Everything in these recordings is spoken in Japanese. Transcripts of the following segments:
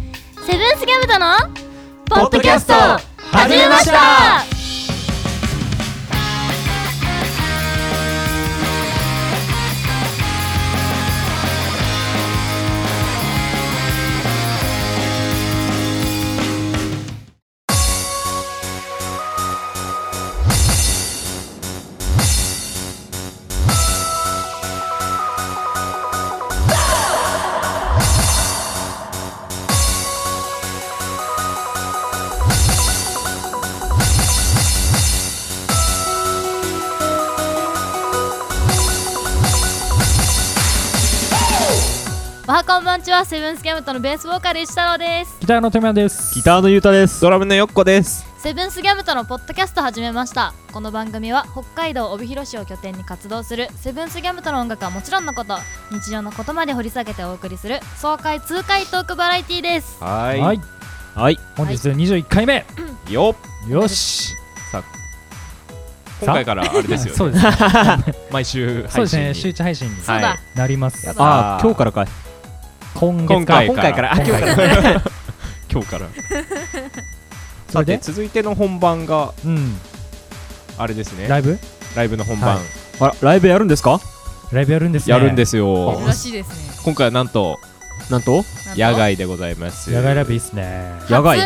ルースギャムとのポッドキャスト始めましたおはこんばんちはセブンスギャムとのベースボーカル石太郎ですギターのてめです。ギターのゆうたです。ドラムのよっこですセブンスギャムとのポッドキャスト始めましたこの番組は北海道帯広市を拠点に活動するセブンスギャムとの音楽はもちろんのこと日常のことまで掘り下げてお送りする爽快痛快トークバラエティーですははい、いはい。本日二十一回目。よっよし。今回からあれですよ、ね、 そうですね。毎週配信そうですね。に周知配信にそうだ、はいなります。だああ、今日からかい。今今月か。回から今回からあ今日から今日からそされてで、続いての本番がうん。あれですねラライイブ？ブの本番、はあら、ライブやるんですかライブやるんですね。。やるんですすよ珍しいですね今回はなんとなんとなんと野外でございます野外ライブいいっすね。野外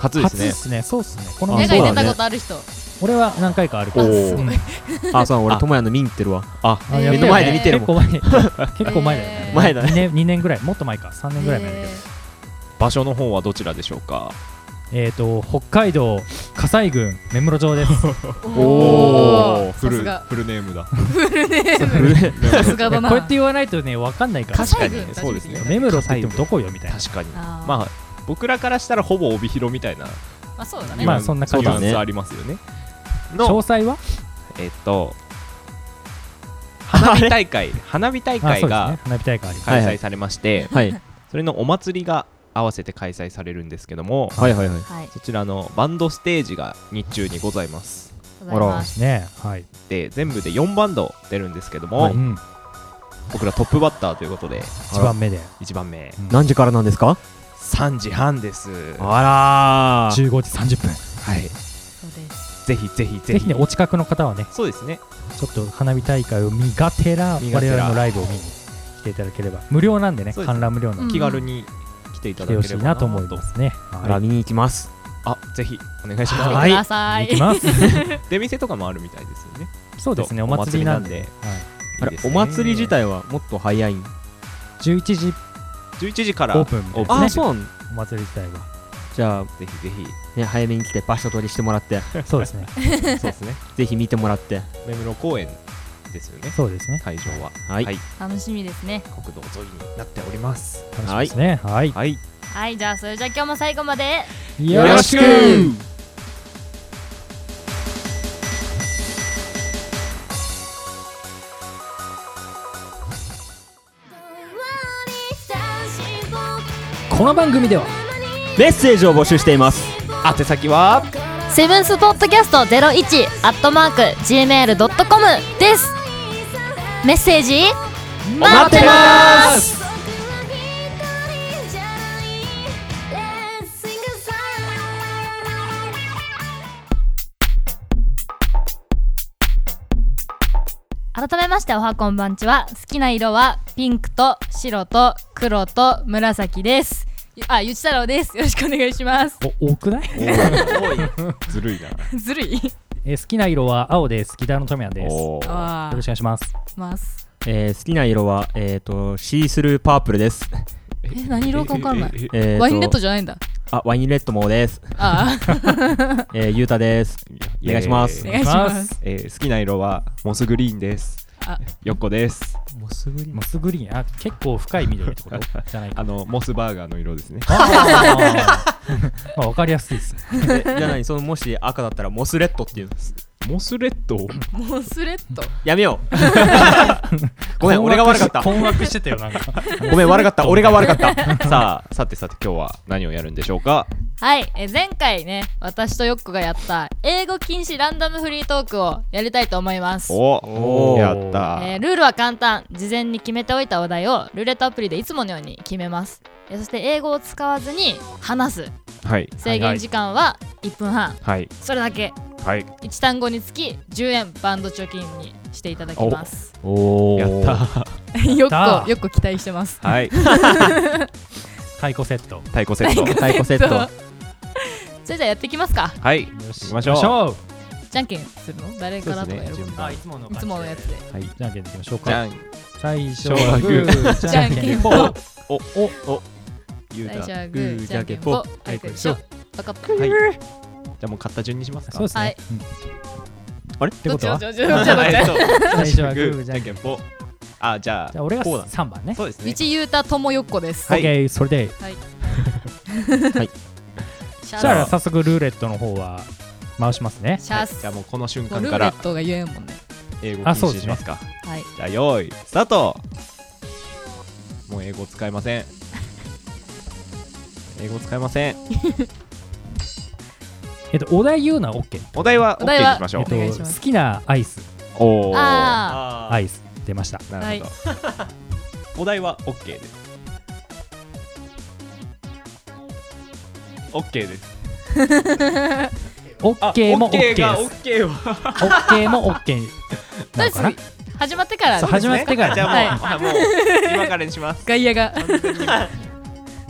初初で初すでねすね。そうっすね。このあ野そう外出だねたことある人俺は何回かあるから。おーうんあ、そう、俺、あともやの見に行ってるわ。あ、あえーやったよね目の前で見てるも結構前。結構前だよねえ。ー前だね二年二年ぐらい、もっと前か。三年ぐらい前だけど。場所の方はどちらでしょうかえっと北海道火災郡目室町です。おーおフさすルがフルネームださすがだこなうやって言わないとね、わかんないから。確か確かににそうですね目室って言ってもどこよみたいな。確かにあーまあ僕らからしたらほぼ帯広みたいなまあそうだニねュまアあンスそんな感じニュアンそうだスねありますよね詳の細は？えっと花火大会花火大 あ、会そうですがね。花火大会あります。開催されましてはい。それのお祭りが合わせて開催されるんですけどもはいはいはい。はいそちらのバンドステージが日中にございますございますね、はい。で全部で4バンド出るんですけども、はいうん僕らトップバッターということで一番目で1番目何時からなんですか3時半ですはあ15時30分。いそうですぜひぜひぜぜひひねお近くの方はね、そうですねちょっと花火大会を見がてら我見がてら々のライブを見に来ていただければ無料なんでね、そうです観覧無料なんで気軽に来ていた来だけてればほしいなと思いますね。あ。ら、は見に行きます。あぜひお願いし見まてすはいください。い行きます。 出店とかもあるみたいですよねそうですね、おお祭祭りりななんんでで。はいあいいれで、すおね祭り自体はもっと早い。 11時11時からオープンみたいなあねー、そうなのお祭り自体は。じゃぜひぜあ、ね、早めに来て場所取りしても らって、そう ですね。ひそうですねぜひ見てもらって。目黒公園ですよねそうですね。会場ははいはい。楽しみですね国道沿いになっております楽しみですね。はい。はいはいじゃあそれじゃあ今日も最後までよろしくこの番組ではメッセージを募集しています。宛先はセブンスポッドキャスト01アットマーク gmail.com ですメッセージ待ってます改めましておはこんばんちは好きな色はピンクと白と黒と紫ですゆあゆち太郎ですよろしくお願いしますお多くない？ずるいなずるいえー好きな色は青です。ギターのトミヤです。よおーあろしくお願いします。ますえー好きな色は、えっと、シースルーパープルです。え何色かわかんないえええええーとワインレッドじゃないんだあ、ワインレッドもです。ああえー、ゆうたです。えお願いしますお願いしますえー好きな色はモスグリーンですあよっこですもうすぐにモスグリーンあ結構深い緑ってこと じゃないかあのモスバーガーの色ですねあーまあ分かりやすいですねえじゃないそのもし赤だったらモスレッドっていうんですモスレッドモスレッドやめようごめん俺が悪かった困惑してたよなんかごめん悪か った俺が悪かったさあさてさて今日は何をやるんでしょうかはい、え前回ね私とヨッコがやった英語禁止ランダムフリートークをやりたいと思います、おおーやったえールールは簡単事前に決めておいたお題をルーレットアプリでいつものように決めますえーそして英語を使わずに話すはい制限時間は1分半はいそれだけはい1単語につき10円バンド貯金にしていただきますおおやったよっやったこよっこ期待してますはい太鼓セット 太鼓セット太鼓セッ トそれじゃあやっていきますかはいよし行きましょうょじゃんけんするの誰からとかやるそうですね順うあいつものいつものやつでじゃんけんでいきましょうじゃかん最初じゃはんグーじゃんけんぽぽんおおおゆう最た初はググーーじゃんけんじぽゃんんあいこでしょ分かったはいじゃあもう買った順にしますかそうですはいねうんあれってどこっちとどはっちじどっちど っちどっち最初はグーじゃんけんぽんあじゃゃああ俺がこうだ3番ねそうですね道ゆうたともよっこですオはッいケーそれでシじゃャあス早速ルーレットの方は回しますねシはャいじゃあスもうこの瞬もう間ルかーレらットが言えんもんね英語禁あそう止ですしねますかはいじゃあ用意スタートもう英語使えません英語使えませんえっとお題言うのは OK お題はお題は OK にしましえょっうとお願いします好きなアイスおおあアイス出ましたなるほどお題は OK です OK です OK も OK でがす OK は OK も OK なのかなとり始まってからそう始まってからじゃあもうあもう今からにします外野が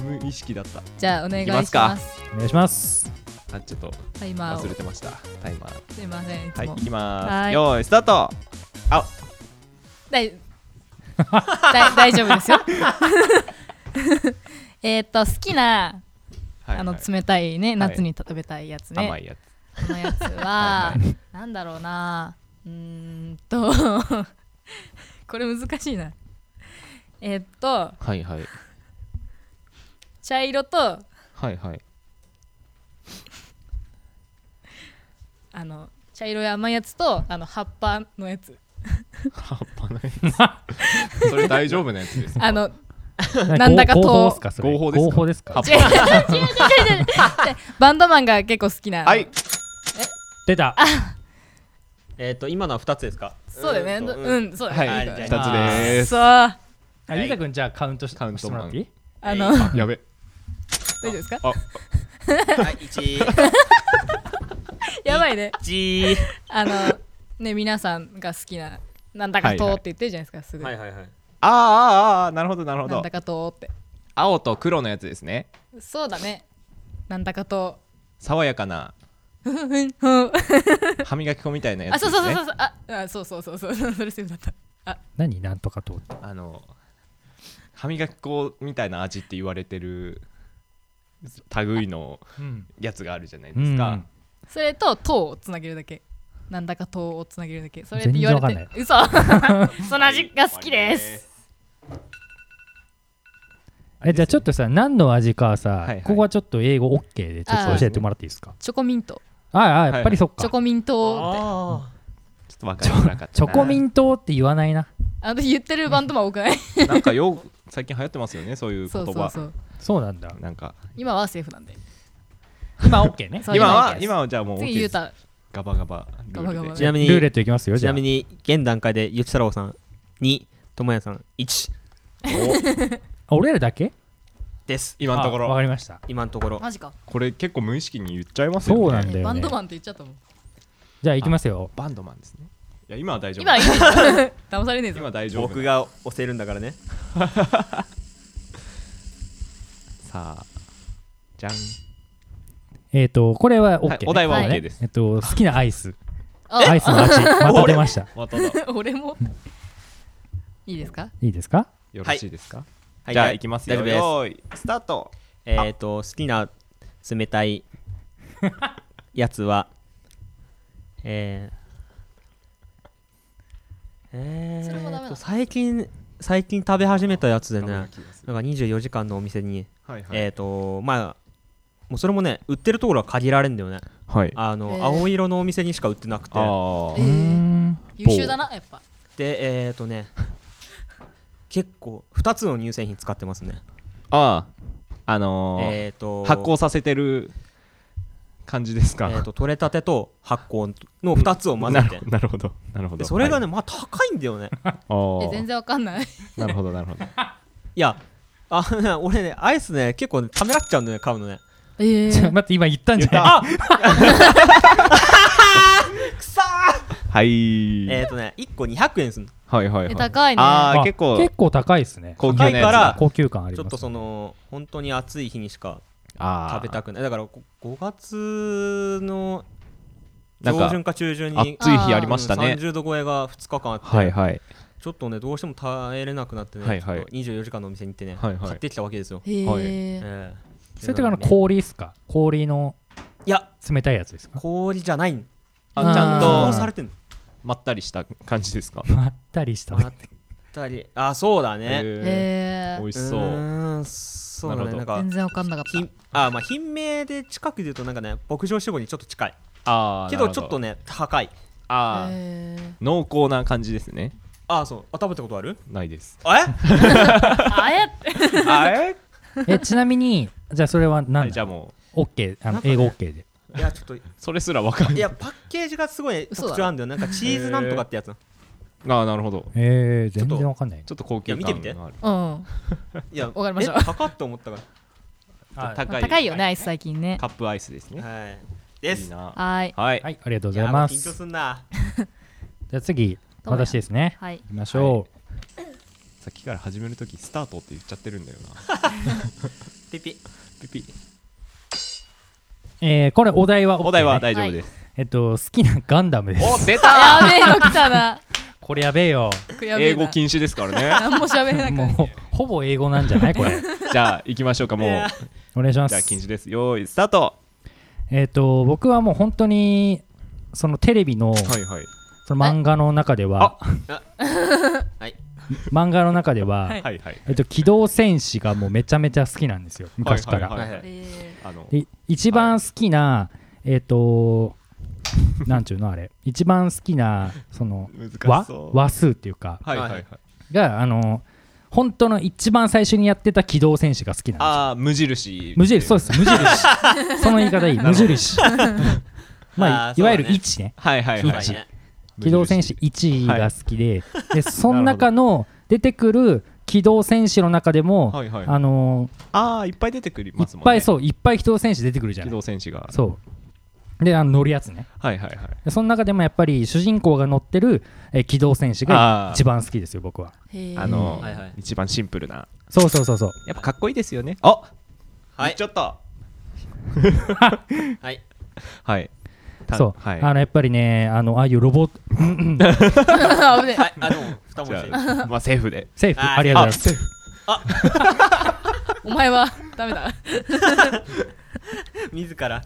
無意識だったじゃあお願いしいまきますすかお願いしますあちょっとタイマー忘をれてましたタイマーすいませんいつはいも行きまはーいすよーいスタートあだいだい大丈夫ですよ えっと好きなはいあのはい冷たいね夏に食べたいやつね、甘いやつこのやつは はなんだろうなうーんと これ難しいなえっとはいはい茶色とはい はいあの茶色い甘いやつとあの葉っぱのやつ葉っぱのやつそれ大丈夫なや つですか あのなんだかと合法ですかそれ合法ですか合法です葉か違っう違う違う違う 違うバンドマンが結構好きな、はい出たえっと今のは2つですかそうだよねううんんと、そうだはよいね、二はついでーすそうああゆうたくんじゃあカウントしカウントマンしてもらっていいの大丈あやべ夫ですかあはい1 やばいね1あのね皆さんが好きななんだかとーって言ってるじゃないですかすぐ、はいはいはいああああなるほどなるほなんどだかとーって青と黒のやつですねそうだねなんだかと爽やかなーふんふんふん歯磨き粉みたいなやあつでそうすそうそうねそうああそうそうそうそうそれすぐだった何なんとかとってあの歯磨き粉みたいな味って言われてる類のうんやつがあるじゃないでうすんか、それと「と」をつなげるだけなんだか「と」をつなげるだけそれって全言然わわかれんてない嘘その味が好きですえじゃあちょっとさ何の味かさはいはいここはちょっと英語 OK でちょっあーと教えてもらっていいですかチョコミントああやっぱりそっチョかコミントってあちょっとわかりづらかった チョコミンン党って言わないなあの言ってるバンドマン多くないなんかよう最近流行ってますよねそういうそ言う葉そうそうそうなんだなんか今はセーフなんで今 OK ねそう今はです今はじゃあもう OK 次でゆうすたガバガバルールでガバガバちなみにルーレットいきますよちじゃなあみに現段階でゆちたろうさん2ともやさん1あ俺らだけです今のとこあわかろりました今のところマジかこれ結構無意識に言っちゃいますよねそうなんだよねバンドマンって言っちゃったもんじゃあいきますよバンドマンですねいや今は大丈夫今 騙されねえぞ今大丈夫僕が押せるんだからねさあじゃんえっとこれは OK はねいお題ははい OK ですえっと好きなアイスア あイス の味また出ましたまただよ俺もいいですかいいですかろしいですかはいじゃあ行きますよ大丈夫ですよーいスタートえっ、と好きな冷たいやつはえー、えそれもダメーなとの最近最近食べ始めたやつでねはなんいか24時間のお店に、はいえっ、とまあもうそれもね売ってるところは限られるんだよねはいあの、へー青色のお店にしか売ってなくてあーえーうーん優秀だなやっぱでえっ、とね結構2つの乳製品使ってますねあーあのーえっ、と発酵させてる感じですかえー、と取れたてと発酵の2つを混ぜなてるなるほどなるほでどそれがねねまあ高いんだよね え全然わかんないなるほどなるほどいやあ、俺ね、アイスね、結構ね、ためらっちゃうんだよね、買うのね。ええちょ待って今言ったんじゃないあはい、えっとね、1個200円するの。はいはいはえい高いねあーあ結構結構高いですね高級なやつ高いから高級感ありちょまっとすその、本当に暑い日にしかあ食べたくない。だから、こ5月のなんか上旬か中旬に。暑い日ありましたうんね30度超えが2日間あって、はいはいちょっとねどうしても耐えれなくなってね、はいはいちょっと24時間のお店に行ってね、はいはい買ってきたわけですよ、えはいえええそれってあのね氷ですか氷のいや冷たいやつですか氷じゃないんあーあちゃんどあうーさとれてんのまったりした感じですかまったりしたまったりあそうだねえへー美え味しそううーんそうなだねるなほん全どか然わかんなかった品あまあ品名で近くで言うとなんかね牧場志望にちょっと近いあーけなるどほちょっとね高いあーええ濃厚な感じですねあそうあ食べたこと あるない ですあえあえってあええちなみにじゃあそれはは何いじゃだあもうオッケーあなんのかね英語オッケーでいやちょっといそれすらわかんないやパッケージがすごい嘘だ特徴あるんだよなんかチーズなんとかってやつなのああなるほどえーょっ全と然わかんないちょっと高級いや見てみて感があるうんい やわかりましたえ高っと思ったかはい高い高いよねアイス最近ねカップアイスですねらはいでいいすなはいはいはいありがとうございまやもう緊張すすんなじゃあ次どうや私ですねはいいきましょうさっきから始めるときスタートって言っちゃってるんだよな ピピピピえーこれお題は OK ねお題は大丈夫ですえっと好きなガンダムですお出たやべえの来たなこれやべえよやべえ英な語禁止ですからね 何も喋れなくなもるうほぼ英語なんじゃない これじゃあ行きましょうかもういやお願いしまじゃあす禁止ですよーいスタートえっと僕はもう本当にそのテレビのはいはいその漫画の中でははい漫画の中ではは、いはいはいえっと、機動戦士がもうめちゃめちゃ好きなんですよ昔から、はいはいははいええあので一番好きな、えっとなんちゅうのあれ一番好きなその難和しそう和数っていうかはいはいはいがあの本当の一番最初にやってた機動戦士が好きなんですよああ無印無印そうですす 無印その言い方いい無印まああーいわゆるそうだね1ねはいはいそうはだいね機動戦士1が好きで、でその中の出てくる機動戦士の中でも、はいはいあのーああいっぱい出てくりいっますもんぱねいそういっぱい機動戦士出てくるじゃ機ない動戦士がそうであの乗るやつねはいはいはいでその中でもやっぱり主人公が乗ってる、えー機動戦士があー一番好きですよ僕はへえあのはいはい一番シンプルなそうそうそうそうやっぱかっこいいですよねあはい言っちょっとはいはいたそう、はいあのやっぱりねあのああいうロボット 危ねえはいあでも二じ文ゃ字あまあセーフでセーフあーありがとうございますお前はダメだ自ら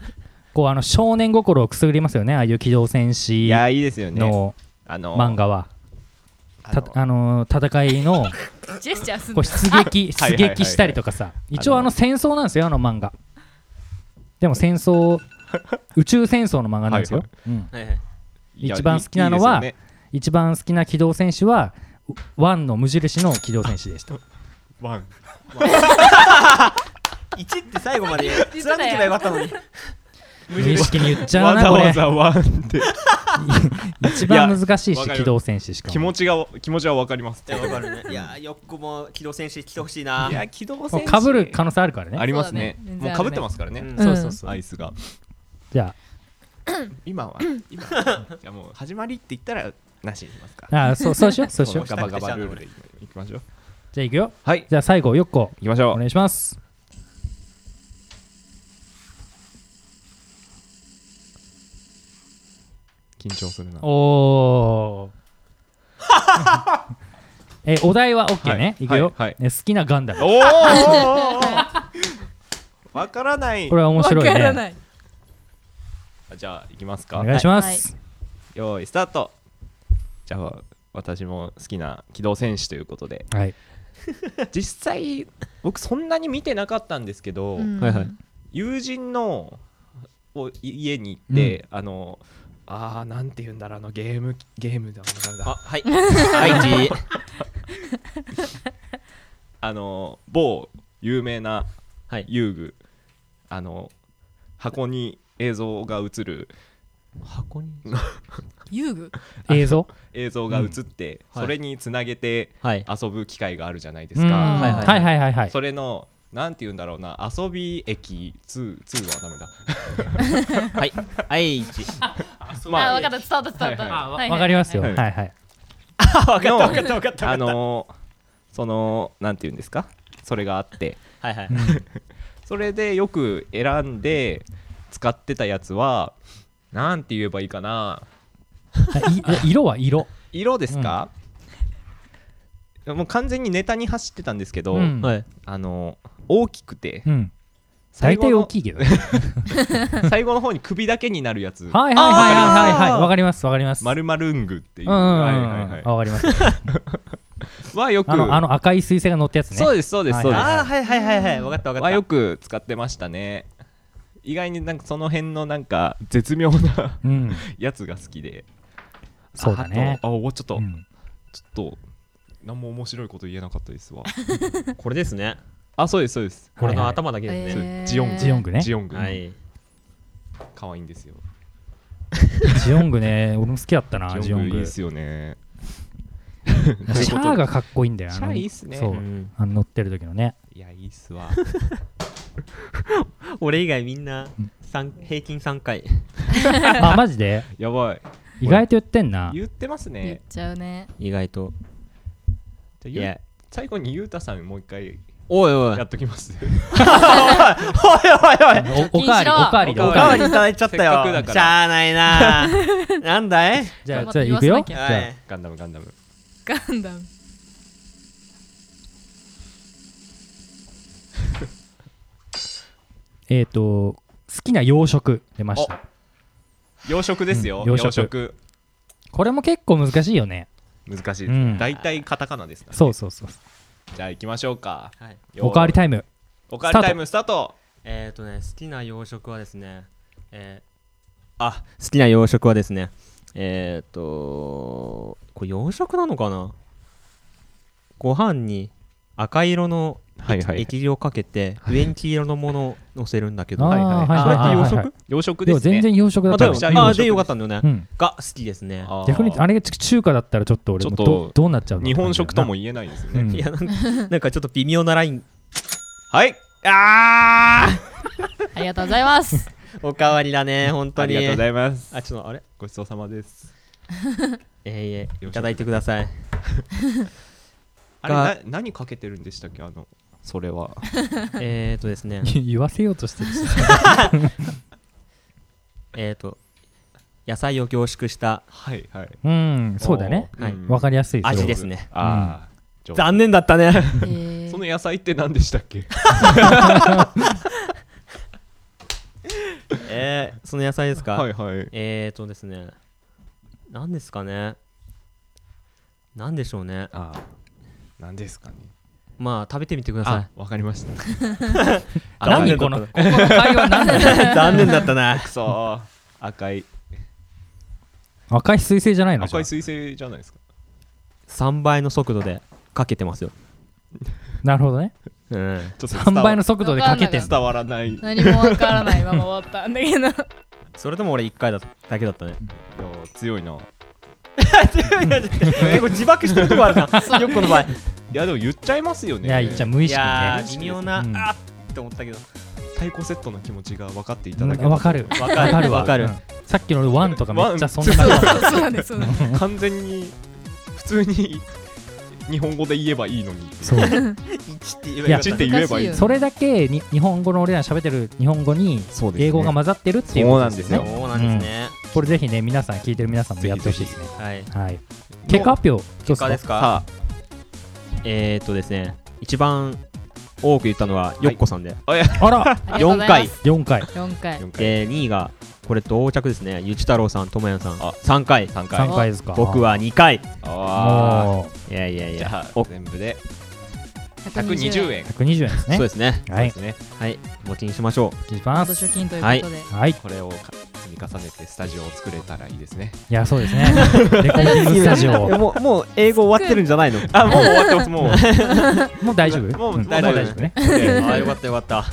こうあの少年心をくすぐりますよねああいう機動戦い士やいいですよねのあの漫画は、あのたあのー戦 いのジェスチャーすんのこう出撃あ出撃したりとかさいはい一応あの戦争なんですよあの漫画でも戦 争宇宙戦争の漫画なんですよはいうんはいはいいや一番好きなのはいいですよね一番好きな機動戦士はワンの無印の機動戦士で したワン一って最後まで言ってたよ貫けばよかったのに無意識に言っちゃうわなざこわれざワンって一番難しいいやわしかる機動戦士しか 気も持ちが気持ちはわかりますいやわかるね いやよっこも機動戦士来てほしいな機動もうかぶる可能性あるからねありますねそうだね全も然あるねうかぶってますからね、うんそうそうアイスがじゃ今は今は じゃあもう始まりって言ったらなしにしますかああーそうそうしようそうしようガバガバルールでいきましょうじゃあいくよはいじゃあ最後よっこいきましょお願いします緊張するなおお えお題は OK はね、いい、くよ、はいはいね好きなガンダムおーわからないこれは面白いわからね。ないあじゃあいきますかお願いします。はいよーいスタートじゃあ私も好きな機動戦士ということ ではい。実際僕そんなに見てなかったんですけど、うんはいはい友人のお家に行って、あのあーなんて言うんだろうあのゲームゲームだなんだああはい はいじの某有名なはい遊具あの箱に映像が映る箱に遊具映像映像が映って、うんそれにつなげてはい遊ぶ機会があるじゃないでうすんか、はいはいはいはいはいはいそれのなんて言うんだろうな遊び駅2 2はダメだはい愛知あま分かった伝わった伝わったはいあわはいわかりますよははいいはいあ分かった分かった分かったあのそのなんて言うんですかそれがあってはいはいそれでよく選んで使ってたやつはなんて言えばいいかなはいい色は色色ですか、もう完全にネタに走ってたんですけど、うんはいあの大きく てうん最大後体大のきいけど ねはい最後の方に首だけになるやつはいはいはいはいわかりますわかりますマルマルングっていう、うんうんうはいんはういんはわかりますい、はよく あのあの赤い彗星が乗ったやつねそうですそうですそうです、はいあーはいはいはいはい分かった分かはっよたく使ってましたね意外になんかその辺のなんか絶妙な うんやつが好きでそうだあねあとあおちょっと、うんちょっと何も面白いこと言えなかったですわ これですねあそうですそうですこはれのいはい頭だけですねジオンジオングねジオングはい可愛いんですよジオングね俺も好きだったなジオンいいグっシすよ ねャアがかっこいいんだよシャアいいっすねそううんあの乗ってる時のねいやいいっすわ俺以外みんなうん三平均3回あマジでやばい意外と言ってんな 言ってます言っねちゃうね意外とじゃあいゆうや最後にゆうたさんもう一回おいおいやっときます おいおいおいおおかわりおかわりでおかわりいただいちゃったせっかくだよからしゃあない ななんだいじゃあちょっじとゃ言わあ行くせよなきじゃゃはあいガンダムガンダムガンダムえっと好きな洋食出ました洋食ですよ、うん洋洋食食これも結構難しいよね難しいです、うん大体カタカナですからそうそうそうじゃあ行きましょうかはいおかわりイタイムムおかわりタイムスタートえっ、ー、とね、好きな洋食はですね、えーあ好きな洋食はですね、えっ、ー、とこれ洋食なのかなご飯に赤色のはいはい液体をかけて、上に黄色のものを乗せるんだけど、あーはいはいはあいはいはいーそれって洋食洋食ででもすね全然洋食だまっあ、で私はたよもあ洋ー食ですでよかったんだよね、うんが好きですね。あー逆にあれが中華だったらちょっと俺もちょっどとどうなっちゃうの日本食とも言えないですね、うんいやなんかなんかちょっと微妙なラインはいあーありがとうございますおかわりだね本 当あにりがとうございますあちょっとあれごちそうさまですえー、いえいただいてく ださいあれな何かけてるんでしたっけあのそれはえっとですね言わせようとしてるしえっ、ー、と野菜を凝縮したはいはいうんそうだねおーはいんわかりやすいそれ味ですねああ、上手残念だったねえーその野菜って何でしたっ け えー、その野菜ですか、はいはいえーとですね何ですかね何でしょうねああ何ですかねまあ食べてみてくださあわかりました い何残こ念だの っここの会話何なのたな残念だったなくそー赤い赤い彗星じゃないの赤いじゃ彗星じゃないですか3倍の速度でかけてますよ、あなるほどねうん、ちょっと3倍の伝速度でかけてわ伝わらないいや何もわからないまま終わったんだけどそれでも俺1回だだけだったねー強いな結構自爆してるとこあるな よっこの場合いいやでも言っちゃいますよねいやいっちゃ無意識やねー微妙な、うんあーって思ったけど太鼓セットの気持ちが分かっていたうんだけたわかるわかるわかるうんさっきの俺ワンとかめっちゃそんなそう感じそうそうですそうです完全に普通に日本語で言えばいいのにそう1って言えばよかちって言えば難しいいいよそれだけに日本語の俺ら喋ってる日本語にそうですね英語が混ざってるっていうことですそうねなんでそうなんですね、これぜひね皆さん聞いてる皆さんもやってほしいですねはいはい結果発表どう結果ですすかさえーっとですね一番多く言ったのはよっこさんで、かあらありがとうございます4回4あ回4回で2位がこれ同着ですねゆち太郎さんともやんさん3回3回3回ですか僕は2回あもういやいやいーじゃやあお全部で120円120円ですそうねですねはいですねはい持ちにしましょいきま元す貯金ということで、はいいこれをか積み重ねてスタジオを作れたらいいですねやそうですねレコーディングス タジオうもうもう英語終わってるんじゃないの あもう終わってますもうもう大丈夫もうう ん大丈夫もうねあーよかったよかった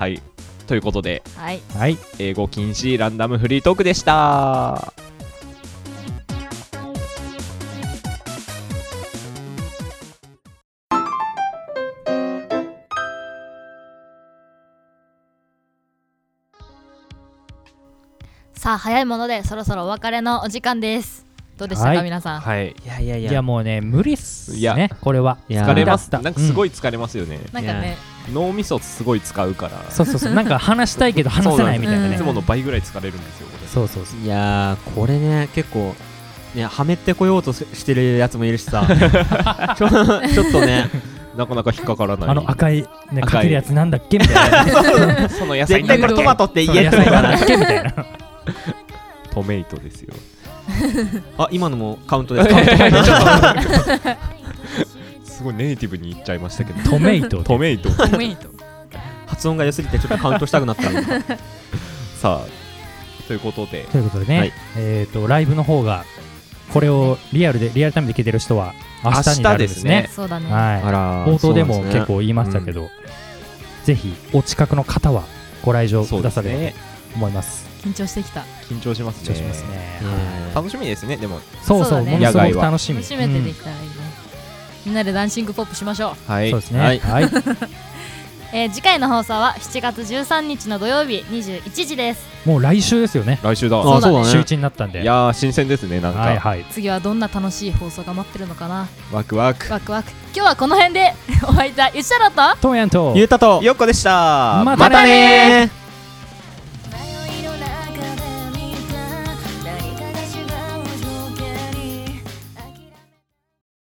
はいということではいはい英語禁止ランダムフリートークでしたさあ早いものでそろそろお別れのお時間ですどうでしたか、はい皆さんはいいやいやいいややもうね無理っすいやねこれはいや疲れますだなったんかすごい疲れますよね、なんかね脳みそすごい使うからそうそうそうなんか話したいけど話せないみたいなそうないんねつもの倍ぐらい疲れるんですよこれそうそうそういやーこれね結構ねはめてこようとししてるやつもいる しさちょちょっとねなかなか引っかからないあの赤い赤ねいかけるやつなんだっけみたいなその野菜絶対これトマトってそう言え野ない菜かなんらだっけみたいなトメイトですよあ今のもカウントですか すごいネイティブに言っちゃいましたけどトメイトトメイトトメイ ト発音が良すぎてちょっとカウントしたくなった さあということでということでね、はいえっ、とライブの方がこれをリアルでリアルタイムで聞けてる人は明日になるんですねそうだね、はいら冒頭でも結構言いましたけど、ぜひお近くの方はご来場そうくでだすさればねと思います緊張してきた緊張しますね緊張しますね楽しみですねでもそうそうそだうねものすご野外くは楽しみ初めてでうきんたらいいね、みんなでダンシングポップしましょうはいそうですねははいい、えー次回の放送は7月13日の土曜日21時ですもう来週ですよね来週だあそうそうだだねね週一になったんでいやー新鮮ですねなんはいかはい次はどんな楽しい放送が待ってるのかなワクワクワクワク今日はこ の辺でお相手はゆちたろとトーヤンとゆうたとよっこでしたまたねねー